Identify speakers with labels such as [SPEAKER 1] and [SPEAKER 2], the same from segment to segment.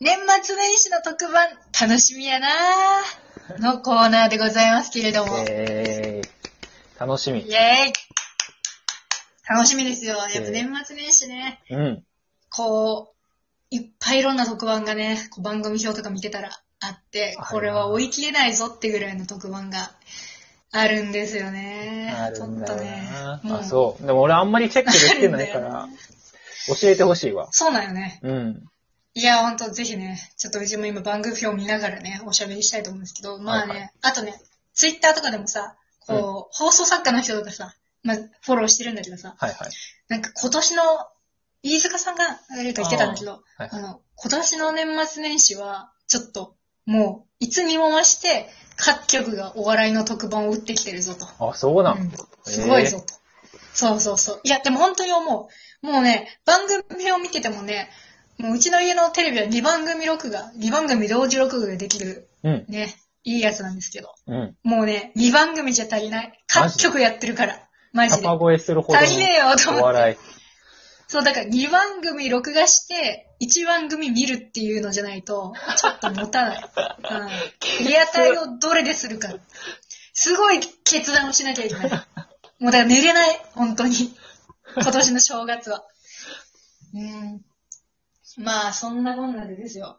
[SPEAKER 1] 年末年始の特番、楽しみやなーのコーナーでございますけれども。イ
[SPEAKER 2] えー、楽しみ。
[SPEAKER 1] ェーイ楽しみですよ。やっぱ年末年始ね、
[SPEAKER 2] うん。
[SPEAKER 1] こう、いっぱいいろんな特番がね、こう番組表とか見てたらあって、
[SPEAKER 2] はい
[SPEAKER 1] これは追い切れないぞってぐらいの特番があるんですよね。
[SPEAKER 2] あるんだ
[SPEAKER 1] ちょ
[SPEAKER 2] よな。
[SPEAKER 1] っとね、も
[SPEAKER 2] あ、そう。でも俺あんまりチェックできてないか
[SPEAKER 1] ある
[SPEAKER 2] ら
[SPEAKER 1] ん、
[SPEAKER 2] 教えてほしいわ。
[SPEAKER 1] そうなんよね。
[SPEAKER 2] うん。
[SPEAKER 1] いや、ほんと、ぜひね、ちょっとうちも今番組表見ながらね、おしゃべりしたいと思うんですけど、まあね、
[SPEAKER 2] はいは
[SPEAKER 1] あとね、ツイッターとかでもさ、こう、放送作家の人とかさ、まあ、フォローしてるんだけどさ、
[SPEAKER 2] はいはい。
[SPEAKER 1] なんか今年の、飯塚さんが、なんか言ってたんだけど、
[SPEAKER 2] あーはいは
[SPEAKER 1] あの、今年の年末年始は、ちょっと、もう、いつにも増して、各局がお笑いの特番を打ってきてるぞと。
[SPEAKER 2] あ、そうな
[SPEAKER 1] うんん。すごいぞと。そうそうそう。いや、でも本当に思う。もうね、番組を見ててもね、もううちの家のテレビは2番組録画、2番組同時録画ができる、
[SPEAKER 2] うん。
[SPEAKER 1] ね、いいやつなんですけど。
[SPEAKER 2] うん。
[SPEAKER 1] もうね、2番組じゃ足りない。各局やってるから。マジで。
[SPEAKER 2] 玉越えするほど
[SPEAKER 1] 足りねえよと
[SPEAKER 2] のお
[SPEAKER 1] 思って。
[SPEAKER 2] 笑い。
[SPEAKER 1] そう、だから2番組録画して、1番組見るっていうのじゃないと、ちょっと持たない。 うん。リアタイをどれでするか。すごい決断をしなきゃいけない。もうだから寝れない、本当に。今年の正月 は。うん。まあ、そんなこんなでですよ。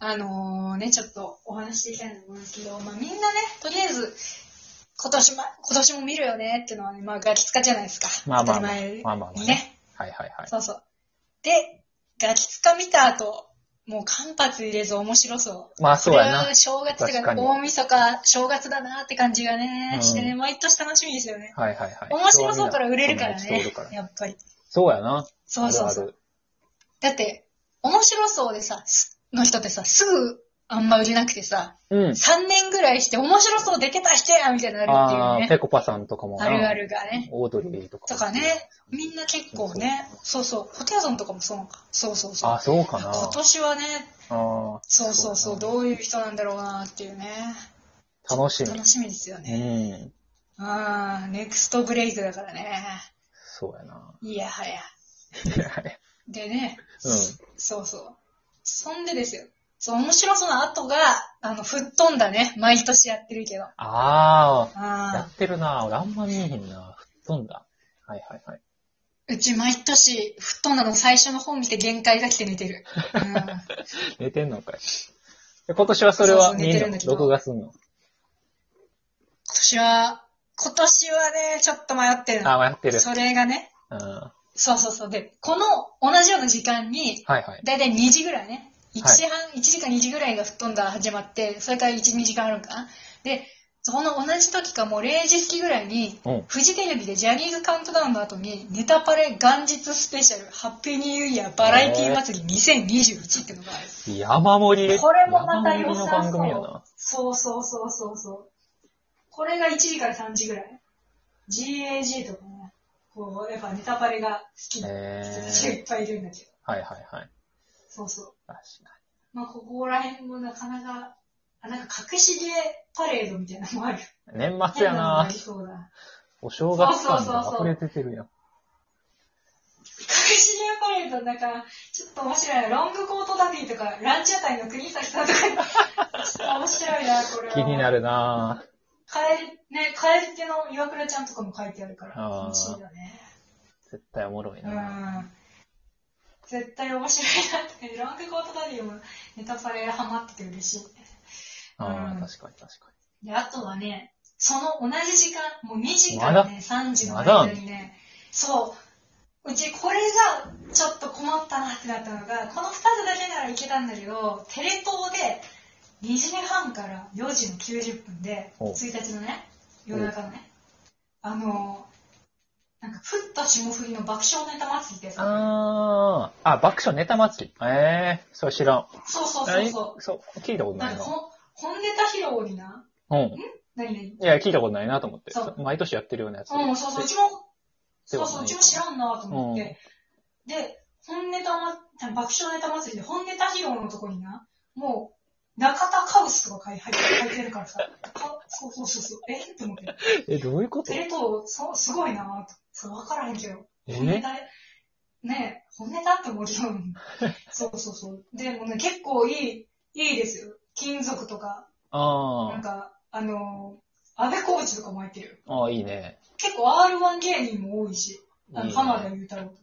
[SPEAKER 1] あのね、ちょっとお話ししていきたいと思うんですけど、まあみんなね、とりあえず、今年も、今年も見るよねっていうのはね、まあガキ使じゃないですか。
[SPEAKER 2] まあまあ
[SPEAKER 1] 当
[SPEAKER 2] まあ
[SPEAKER 1] たり前。
[SPEAKER 2] まあまあまあ
[SPEAKER 1] にね。
[SPEAKER 2] はいはいはい。
[SPEAKER 1] そうそう。で、ガキつか見た後、もう間髪入れず面白そう。
[SPEAKER 2] まあそうやな
[SPEAKER 1] これは正月と
[SPEAKER 2] 確
[SPEAKER 1] か
[SPEAKER 2] かに
[SPEAKER 1] 大晦日、正月だなって感じがね、
[SPEAKER 2] うん
[SPEAKER 1] してね、毎年楽しみですよね。
[SPEAKER 2] はいはいはい。
[SPEAKER 1] 面白そうから売れるから
[SPEAKER 2] 人はみんな
[SPEAKER 1] ね
[SPEAKER 2] 人おるから。
[SPEAKER 1] やっぱり。
[SPEAKER 2] そうやな。
[SPEAKER 1] そうそうそう
[SPEAKER 2] あ。る
[SPEAKER 1] だって、面白そうでさ、すの人ってさ、すぐあんま売れなくてさ、
[SPEAKER 2] ある。うん。
[SPEAKER 1] 3年ぐらいして面白そう出てた人やみたいになるって
[SPEAKER 2] あ
[SPEAKER 1] い
[SPEAKER 2] あ、
[SPEAKER 1] うね。
[SPEAKER 2] ペコパさんとかもな。
[SPEAKER 1] あるあるがね。
[SPEAKER 2] オードリーとか。
[SPEAKER 1] とかね。、みんな結構ね、そうそう、ホテイソンとかもそうか。そうそうそう。
[SPEAKER 2] あ、そうかな。
[SPEAKER 1] 今年はね、
[SPEAKER 2] あ
[SPEAKER 1] そうそうそ、
[SPEAKER 2] そうう
[SPEAKER 1] どういう人なんだろうなっていうね。
[SPEAKER 2] あ、楽しみ
[SPEAKER 1] 楽。しみですよね。
[SPEAKER 2] うん。
[SPEAKER 1] ああ、ネクストブレイクだからね。
[SPEAKER 2] そうや な。
[SPEAKER 1] いやはや。
[SPEAKER 2] いやいや
[SPEAKER 1] でね、
[SPEAKER 2] う
[SPEAKER 1] そうそう。そんでですよ。そう、面白そうな後が、あの、吹っ飛んだね。毎年やってるけど。
[SPEAKER 2] ああ、や
[SPEAKER 1] ああ、
[SPEAKER 2] ってるな。俺あんま見えへんな。吹っ飛んだ。はいはいはい。
[SPEAKER 1] うち毎年、吹っ飛んだの最初の方見て限界が来て寝てる。 うん
[SPEAKER 2] 寝てんのかい。で今年はそれ
[SPEAKER 1] そう
[SPEAKER 2] は
[SPEAKER 1] そう
[SPEAKER 2] 見
[SPEAKER 1] 寝て
[SPEAKER 2] え
[SPEAKER 1] る
[SPEAKER 2] ん
[SPEAKER 1] んだ
[SPEAKER 2] の
[SPEAKER 1] けど
[SPEAKER 2] 録画すんの。
[SPEAKER 1] 今年は、今年はね、ちょっと迷ってるの
[SPEAKER 2] ああ、やってる。
[SPEAKER 1] それがね、
[SPEAKER 2] うん。は
[SPEAKER 1] そうそうそう。で、この同じような時間に
[SPEAKER 2] い、はい。
[SPEAKER 1] だいたい2時ぐらいね。1時半、一時間2時ぐらいが吹っ飛んだ始まって、それから1、2時間あるんかな。で、その同じ時かもう0時過ぎぐらいに、
[SPEAKER 2] うん。
[SPEAKER 1] フジテレビでジャニーズカウントダウンの後に、ネタパレ元日スペシャル、ハッピーニューイヤーバラエティ祭り2021ってのがある。
[SPEAKER 2] 山盛り。
[SPEAKER 1] これもまた良
[SPEAKER 2] 山盛りの
[SPEAKER 1] さ
[SPEAKER 2] 番
[SPEAKER 1] そう
[SPEAKER 2] 組やな。。
[SPEAKER 1] そうそうそうそうそう。これが1時から3時ぐらい。GAG とかね、こう、やっぱネタパレが好きな
[SPEAKER 2] え
[SPEAKER 1] 人たちがいっ
[SPEAKER 2] ー。
[SPEAKER 1] ぱいいるんだけど。
[SPEAKER 2] はいはいはい。
[SPEAKER 1] そうそう。
[SPEAKER 2] 確かに。
[SPEAKER 1] まあ、ここら辺もなかなか、あ、なんか隠し芸パレードみたいなのもある。
[SPEAKER 2] 年末や
[SPEAKER 1] 変のがあ
[SPEAKER 2] な
[SPEAKER 1] り。そうだ。
[SPEAKER 2] お正月
[SPEAKER 1] そうそ
[SPEAKER 2] 感
[SPEAKER 1] うそう
[SPEAKER 2] が
[SPEAKER 1] そう
[SPEAKER 2] 溢れ出てるやん。
[SPEAKER 1] 隠し芸パレードなんか、ちょっと面白いな。ロングコートダディとか、ランチ屋台の国崎さんとか、ちょっと面白いな、これは。
[SPEAKER 2] 気にな
[SPEAKER 1] る。
[SPEAKER 2] るな。
[SPEAKER 1] 帰り、ね、帰り手の岩倉ちゃんとかも書いてあるから、
[SPEAKER 2] あー
[SPEAKER 1] 楽しいよね。
[SPEAKER 2] 絶対おもろいうな。
[SPEAKER 1] ん。絶対面白いなって、ロングコートダディもネタパレハマってて嬉しい。
[SPEAKER 2] あ
[SPEAKER 1] うん
[SPEAKER 2] あ、確かに確か
[SPEAKER 1] で、あとはね、その同じ時間、もう2時からね、3時の
[SPEAKER 2] まだあ
[SPEAKER 1] 間
[SPEAKER 2] んの
[SPEAKER 1] にね、そう、うちこれがちょっと困ったなってなったのが、この2つだけならいけたんだけど、テレ東で2時半から4時の90分で、
[SPEAKER 2] お
[SPEAKER 1] 1日のね、夜中のね、あのー、なんか、ふっと霜降りの爆笑ネタ祭りで
[SPEAKER 2] に。
[SPEAKER 1] さ、
[SPEAKER 2] ああ、あ、爆笑ネタ祭り。ええ、それ知らん。
[SPEAKER 1] そうそうそう
[SPEAKER 2] 何
[SPEAKER 1] そ
[SPEAKER 2] そう、聞いたこと
[SPEAKER 1] う、
[SPEAKER 2] な
[SPEAKER 1] ないんか
[SPEAKER 2] な。
[SPEAKER 1] ほ、本ネタ披露にな、
[SPEAKER 2] うん。
[SPEAKER 1] 何々
[SPEAKER 2] いや、聞いたことないなと思って
[SPEAKER 1] そ。
[SPEAKER 2] 毎年やってるようなやつ。
[SPEAKER 1] うん、そうそう、うちも、
[SPEAKER 2] で
[SPEAKER 1] そう
[SPEAKER 2] は
[SPEAKER 1] そう、う
[SPEAKER 2] ない
[SPEAKER 1] ちも知らんなと思って。で、本ネタま、爆笑ネタ祭りで本ネタ披露のとこにな、もう、中田カウスとか書い入って入ってるからさ、かそうそうそうそう、えって思って。
[SPEAKER 2] え、どういうこと
[SPEAKER 1] えっと、そうすごいなぁと。そうわからへんけど、
[SPEAKER 2] え
[SPEAKER 1] 本ネタで、ね、本音だって思うよ。 そうそうそう。でもね、結構いい、いいですよ。金属とか、
[SPEAKER 2] あ
[SPEAKER 1] なん
[SPEAKER 2] ー
[SPEAKER 1] か、あのー、安倍浩二とかも入ってるよ。
[SPEAKER 2] あー、いいね。
[SPEAKER 1] 結構 R1 芸人も多いし、あの、
[SPEAKER 2] いいね
[SPEAKER 1] 浜田雄太郎とか。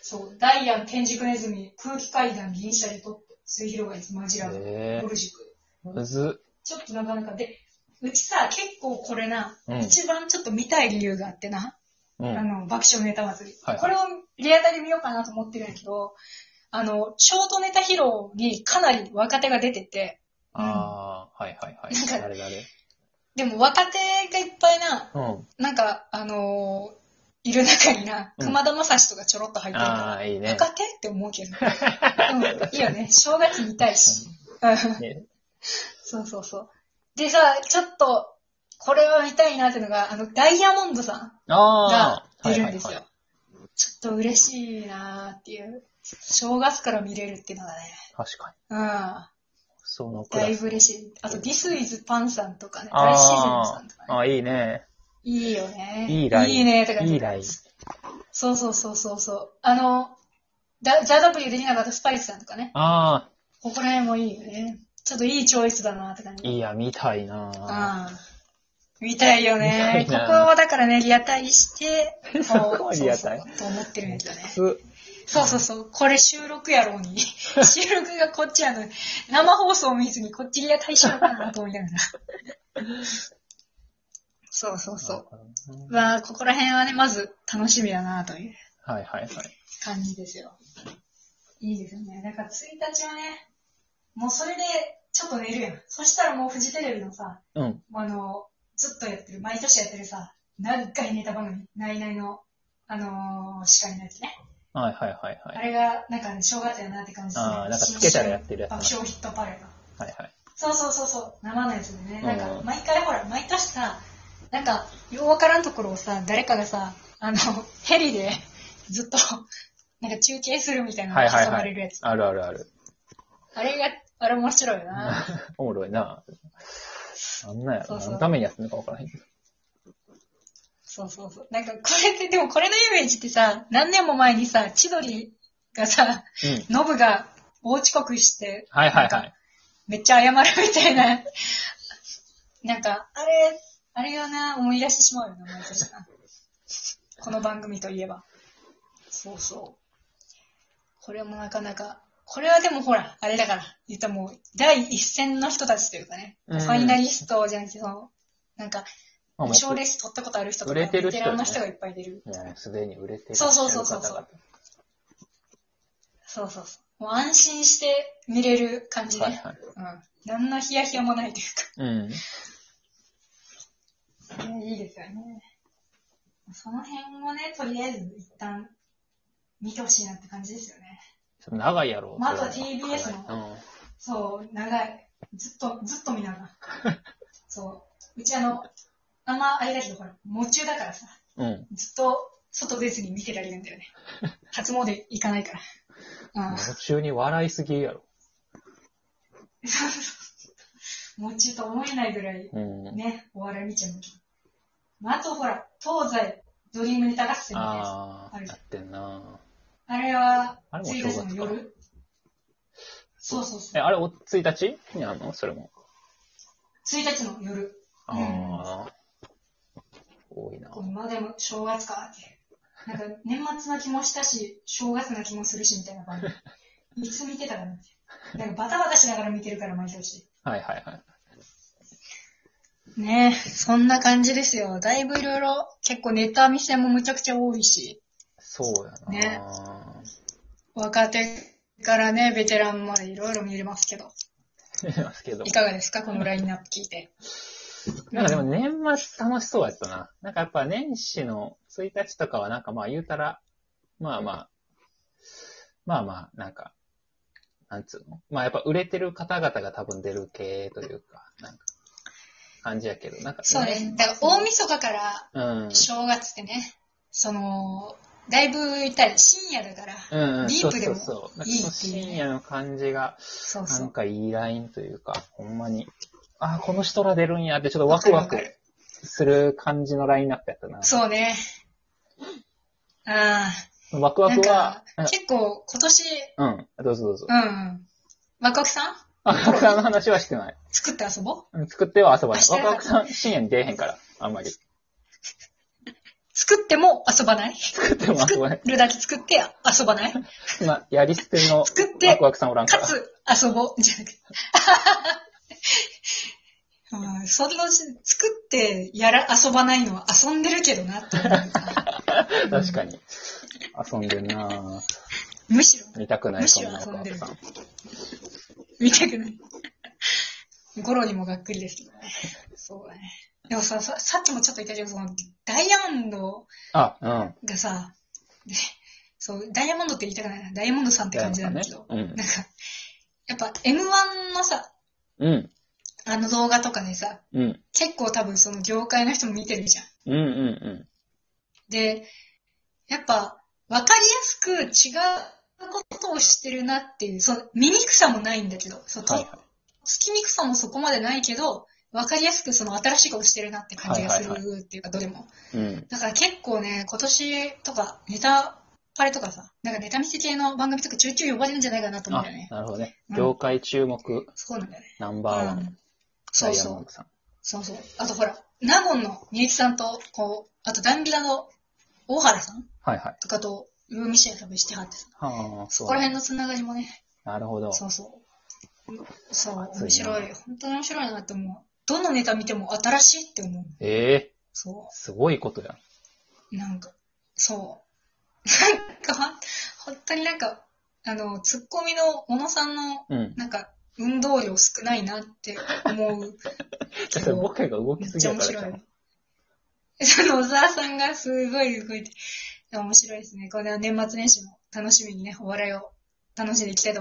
[SPEAKER 1] そう、ダイアン、天竺ネズミ、空気階段、銀シャリとって、末広がりつ、マジラブ、
[SPEAKER 2] え
[SPEAKER 1] ぼる塾。
[SPEAKER 2] ー、むずっ。
[SPEAKER 1] ちょっとなかなか、で、うちさ、結構これな、
[SPEAKER 2] うん
[SPEAKER 1] 一番ちょっと見たい理由があってな、
[SPEAKER 2] う
[SPEAKER 1] あ
[SPEAKER 2] ん。
[SPEAKER 1] の、爆笑ネタ祭り。
[SPEAKER 2] はい
[SPEAKER 1] これをリアタイで見ようかなと思ってるんやけど、あの、ショートネタ披露にかなり若手が出てて、
[SPEAKER 2] ああ、はいはいはい。
[SPEAKER 1] なんか
[SPEAKER 2] 誰誰
[SPEAKER 1] でも若手がいっぱいな、
[SPEAKER 2] うん。
[SPEAKER 1] なんか、あのーいる中にな、
[SPEAKER 2] うん
[SPEAKER 1] 熊田正史とかちょろっと入ってるから、
[SPEAKER 2] ああ、いいね。
[SPEAKER 1] 若手って思う けど。うん、いいよね。正月見たいし。うん
[SPEAKER 2] ね
[SPEAKER 1] そうそうそう。でさ、ちょっと、これは見たいなっていうのが、あの、ダイヤモンドさんが
[SPEAKER 2] ああ、
[SPEAKER 1] 出るんですよ。
[SPEAKER 2] はいはいはい
[SPEAKER 1] ちょっと嬉しいなーっていう。正月から見れるっていうのがね、
[SPEAKER 2] 確かに。
[SPEAKER 1] うん。
[SPEAKER 2] そのく
[SPEAKER 1] だ
[SPEAKER 2] ら
[SPEAKER 1] い
[SPEAKER 2] い。
[SPEAKER 1] ぶ嬉しい。あと、This is Pan さんとかね、
[SPEAKER 2] あー
[SPEAKER 1] 大シーズンさんとか
[SPEAKER 2] あ
[SPEAKER 1] ね。
[SPEAKER 2] あ、いいね。
[SPEAKER 1] いいよね。
[SPEAKER 2] いいライン。
[SPEAKER 1] いいね、とか。
[SPEAKER 2] いいライン。
[SPEAKER 1] そうそうそうそうそう。あの、だジャダブリューできなかったスパイスさんとかね。
[SPEAKER 2] あ
[SPEAKER 1] ここら辺もいいよね。ちょっといいチョイスだなって感じ
[SPEAKER 2] あ、。いいや、見たいなあ
[SPEAKER 1] ああ見たいよね。
[SPEAKER 2] 見
[SPEAKER 1] こ
[SPEAKER 2] たいな
[SPEAKER 1] こをだからね、リアタイ して、
[SPEAKER 2] そこはリアタイ
[SPEAKER 1] そうそうと思ってるんやけどね。
[SPEAKER 2] す
[SPEAKER 1] そうそうそう。これ収録やろう に。収録がこっちやのに、生放送見ずにこっちリアタイしようかなと思いながら。 そうそうそうう。まあ、ここら辺はね、まず楽しみだなという
[SPEAKER 2] はいはいはい。
[SPEAKER 1] 感じですよ。いいですよね。だから1日はね、もうそれでちょっと寝るやん。そしたらもうフジテレビのさ、
[SPEAKER 2] うん。
[SPEAKER 1] あの、ずっとやってる、毎年やってるさ、長いネタ番組、ナイナイの、あのー、司会のやつね。
[SPEAKER 2] はいはいはいはい。
[SPEAKER 1] あれが、なんか、ね、正月やなって感じ
[SPEAKER 2] あーなんかつけたらやってるやつ
[SPEAKER 1] 爆笑ヒットパレード。
[SPEAKER 2] はいはい。
[SPEAKER 1] そうそうそうそう、生のやつでね。なんか
[SPEAKER 2] う、ん
[SPEAKER 1] 毎回ほら、毎年さ、なんか、ようわからんところをさ、誰かがさ、あの、 ヘリで、ずっと、 なんか中継するみたいな
[SPEAKER 2] はい
[SPEAKER 1] の
[SPEAKER 2] は
[SPEAKER 1] が
[SPEAKER 2] い
[SPEAKER 1] 挟ま
[SPEAKER 2] は
[SPEAKER 1] れるや
[SPEAKER 2] い
[SPEAKER 1] つ。。
[SPEAKER 2] あるあるあ る。
[SPEAKER 1] あれが、あれ面白いよな。
[SPEAKER 2] おもろいな。なんなんや
[SPEAKER 1] そ
[SPEAKER 2] ろ。
[SPEAKER 1] うそう
[SPEAKER 2] 何のためにやってんのかわからへんけど。
[SPEAKER 1] そうそうそう。なんかこれって、でもこれのイメージってさ、何年も前にさ、千鳥がさ、
[SPEAKER 2] うん。
[SPEAKER 1] ノブが大遅刻して、
[SPEAKER 2] はいはい
[SPEAKER 1] な
[SPEAKER 2] は
[SPEAKER 1] ん
[SPEAKER 2] い
[SPEAKER 1] か。めっちゃ謝るみたい な。なんか、あれ、あれよな、思い出してしまうよな、毎年な。この番組といえば。そうそう。これもなかなか、これはでもほら、あれだから、言ったらもう、第一線の人たちというかね、
[SPEAKER 2] うん
[SPEAKER 1] ファイナリストじゃなくて、その、なんか、
[SPEAKER 2] まあもう
[SPEAKER 1] 賞レース取ったことある人とか、
[SPEAKER 2] 売れてる
[SPEAKER 1] ベ
[SPEAKER 2] 人ね
[SPEAKER 1] テランの人がいっぱい出る。
[SPEAKER 2] ねすでに売れてる
[SPEAKER 1] そうそうそうそうそうそうそうそう。もう安心して見れる感じね。
[SPEAKER 2] はいはい。
[SPEAKER 1] うん。何のヒヤヒヤもないという
[SPEAKER 2] うん。
[SPEAKER 1] か。ねいいですよね。その辺をね、とりあえず一旦見てほしいなって感じですよね。
[SPEAKER 2] 長いやろ。
[SPEAKER 1] まああとは TBS の
[SPEAKER 2] の。
[SPEAKER 1] そう、長い。ずっと、ずっと見ながら。そう。うちあの、あんまあれだけど、ほら、夢中だからさ、
[SPEAKER 2] うん。うん。
[SPEAKER 1] ずっと外出ずに見てられるんだよね。初詣行かないから。うん。
[SPEAKER 2] 夢中に笑いすぎやろ。
[SPEAKER 1] もう中と思えないぐらい、
[SPEAKER 2] うん。
[SPEAKER 1] ね、お笑い見ちゃうんだけど。まあ、あとほら、東西ドリームネタ合戦みたいなあ
[SPEAKER 2] ああ、
[SPEAKER 1] る
[SPEAKER 2] やってんな。
[SPEAKER 1] あれは
[SPEAKER 2] あ、れも
[SPEAKER 1] 1
[SPEAKER 2] 正月
[SPEAKER 1] 日の
[SPEAKER 2] か
[SPEAKER 1] 夜そうそうそ
[SPEAKER 2] え、
[SPEAKER 1] う。
[SPEAKER 2] あれ、お、1日にあんのそれも。
[SPEAKER 1] 1日の夜。
[SPEAKER 2] ああ。多いな。
[SPEAKER 1] 今でも正月かって。なんか、年末な気もしたし、正月な気もするし、みたいな感じ。いつ見てたかなって。なんかバタバタしながら見てるから、毎年。
[SPEAKER 2] はいはいはい。
[SPEAKER 1] ねえ、そんな感じですよ。だいぶいろいろ、結構ネタ見せもむちゃくちゃ多いし。
[SPEAKER 2] そうやな。
[SPEAKER 1] ね若手からね、ベテランまでいろいろ見れますけど、
[SPEAKER 2] ますけど。
[SPEAKER 1] いかがですかこのラインナップ聞いて。
[SPEAKER 2] なんかでも年末楽しそうやったな。なんかやっぱ年始の1日とかはなんかまあ言うたら、まあまあ、まあまあ、なんか、なんつうのまあやっぱ売れてる方々が多分出る系というか、なんか、感じやけど、なんか、
[SPEAKER 1] そうです。だから大晦日から
[SPEAKER 2] うん。
[SPEAKER 1] 正月ってね、その、だいぶ言ったら深夜だから、
[SPEAKER 2] うんうん、
[SPEAKER 1] ディ
[SPEAKER 2] そ
[SPEAKER 1] ー
[SPEAKER 2] う
[SPEAKER 1] プで
[SPEAKER 2] そ
[SPEAKER 1] も
[SPEAKER 2] うそう。なんか
[SPEAKER 1] いい
[SPEAKER 2] その
[SPEAKER 1] っていうね
[SPEAKER 2] 深夜の感じが、
[SPEAKER 1] そう
[SPEAKER 2] な
[SPEAKER 1] そ
[SPEAKER 2] ん
[SPEAKER 1] う。
[SPEAKER 2] かいいラインというか、ほんまに、ああ、この人ら出るんやって、ちょっとワクワクする感じのラインナップやったな。
[SPEAKER 1] そうね。ああ、
[SPEAKER 2] ワクワ
[SPEAKER 1] なん
[SPEAKER 2] ク
[SPEAKER 1] か
[SPEAKER 2] は、なん、か
[SPEAKER 1] 結構今年、
[SPEAKER 2] うん、どうぞどうぞ
[SPEAKER 1] う。んうん。ワクワクさん
[SPEAKER 2] ワクワクさんの話はしてない。
[SPEAKER 1] 作って遊ぼう
[SPEAKER 2] うん作っては遊ばない。
[SPEAKER 1] あ
[SPEAKER 2] ワクワクさん深夜に出えへんから、あんまり。
[SPEAKER 1] 作っても遊ばない
[SPEAKER 2] 作っても遊ばない。
[SPEAKER 1] るだけ作って遊ばない
[SPEAKER 2] まあ、やり捨てのワ
[SPEAKER 1] 作って
[SPEAKER 2] クワクさんおらんか。
[SPEAKER 1] からつ遊ぼうじゃなくて。 うんそのうち作ってやら遊ばないのは遊んでるけどなって思うから
[SPEAKER 2] 確かに。遊んでんなぁ。
[SPEAKER 1] むしろ
[SPEAKER 2] 見たくない、
[SPEAKER 1] むし
[SPEAKER 2] そん
[SPEAKER 1] ろ
[SPEAKER 2] なワクワクさん。
[SPEAKER 1] 見たくない。ゴロにもがっくりですけどね。そうだね。でもさ、ささっきもちょっと言ったけど、そのダイヤモンド
[SPEAKER 2] あ、うん。
[SPEAKER 1] がさ、 でそう、ダイヤモンドって言いたくないな。ダイヤモンドさんって感じなんだけど、
[SPEAKER 2] うん
[SPEAKER 1] なんか、やっぱ M1 のさ、
[SPEAKER 2] うん。
[SPEAKER 1] あの動画とかでさ、
[SPEAKER 2] うん。
[SPEAKER 1] 結構多分その業界の人も見てるじゃん。
[SPEAKER 2] うん。うん。
[SPEAKER 1] で、やっぱ、わかりやすく違うことをしてるなっていう、その、醜さもないんだけど、そう、
[SPEAKER 2] はいはい
[SPEAKER 1] とっつきにくさもそこまでないけど、わかりやすくその新しいことしてるなって感じがする
[SPEAKER 2] はいは
[SPEAKER 1] っていうか、どれも。
[SPEAKER 2] うん。
[SPEAKER 1] だから結構ね、今年とか、ネタパレとかさ、なんかネタ見せ系の番組とかちょいちょい呼ばれるんじゃないかなと思う
[SPEAKER 2] あ
[SPEAKER 1] んだよね、。
[SPEAKER 2] なるほどね。
[SPEAKER 1] うん
[SPEAKER 2] 業界注目
[SPEAKER 1] そうなんだよね。
[SPEAKER 2] ナンバーワ
[SPEAKER 1] う
[SPEAKER 2] ン
[SPEAKER 1] ん、そう
[SPEAKER 2] ダイヤ
[SPEAKER 1] そ
[SPEAKER 2] モン
[SPEAKER 1] う
[SPEAKER 2] ド。さん。
[SPEAKER 1] そうそう。あとほら、ナゴンのみゆきさんと、こう、あとダンビラの大原さん
[SPEAKER 2] はいはい。
[SPEAKER 1] とかと、ウーミシェルさんもしてはってさ、
[SPEAKER 2] はあ、
[SPEAKER 1] そ
[SPEAKER 2] そう
[SPEAKER 1] こら
[SPEAKER 2] だ。
[SPEAKER 1] 辺のつながりもね、
[SPEAKER 2] なるほど。
[SPEAKER 1] そうそう。そう、
[SPEAKER 2] 熱いな
[SPEAKER 1] 面白い。本当に面白いなって思う。どのネタ見ても新しいって思う。
[SPEAKER 2] ええ
[SPEAKER 1] そ
[SPEAKER 2] すごいことや。
[SPEAKER 1] う。なんか、そう。 なんか、ほん本当になんか、あの、ツッコミの小野さんの、
[SPEAKER 2] うん。
[SPEAKER 1] なんか、運動量少ないなって思う。
[SPEAKER 2] ちょっとボケが動
[SPEAKER 1] め
[SPEAKER 2] き
[SPEAKER 1] っ
[SPEAKER 2] す
[SPEAKER 1] ち
[SPEAKER 2] ぎ
[SPEAKER 1] ゃ
[SPEAKER 2] や
[SPEAKER 1] 面
[SPEAKER 2] から
[SPEAKER 1] 白
[SPEAKER 2] ちゃう
[SPEAKER 1] い。その小沢さんがすごい動いて、面白いですね。これは年末年始も楽しみにね、お笑いを楽しんでいきたいと思います。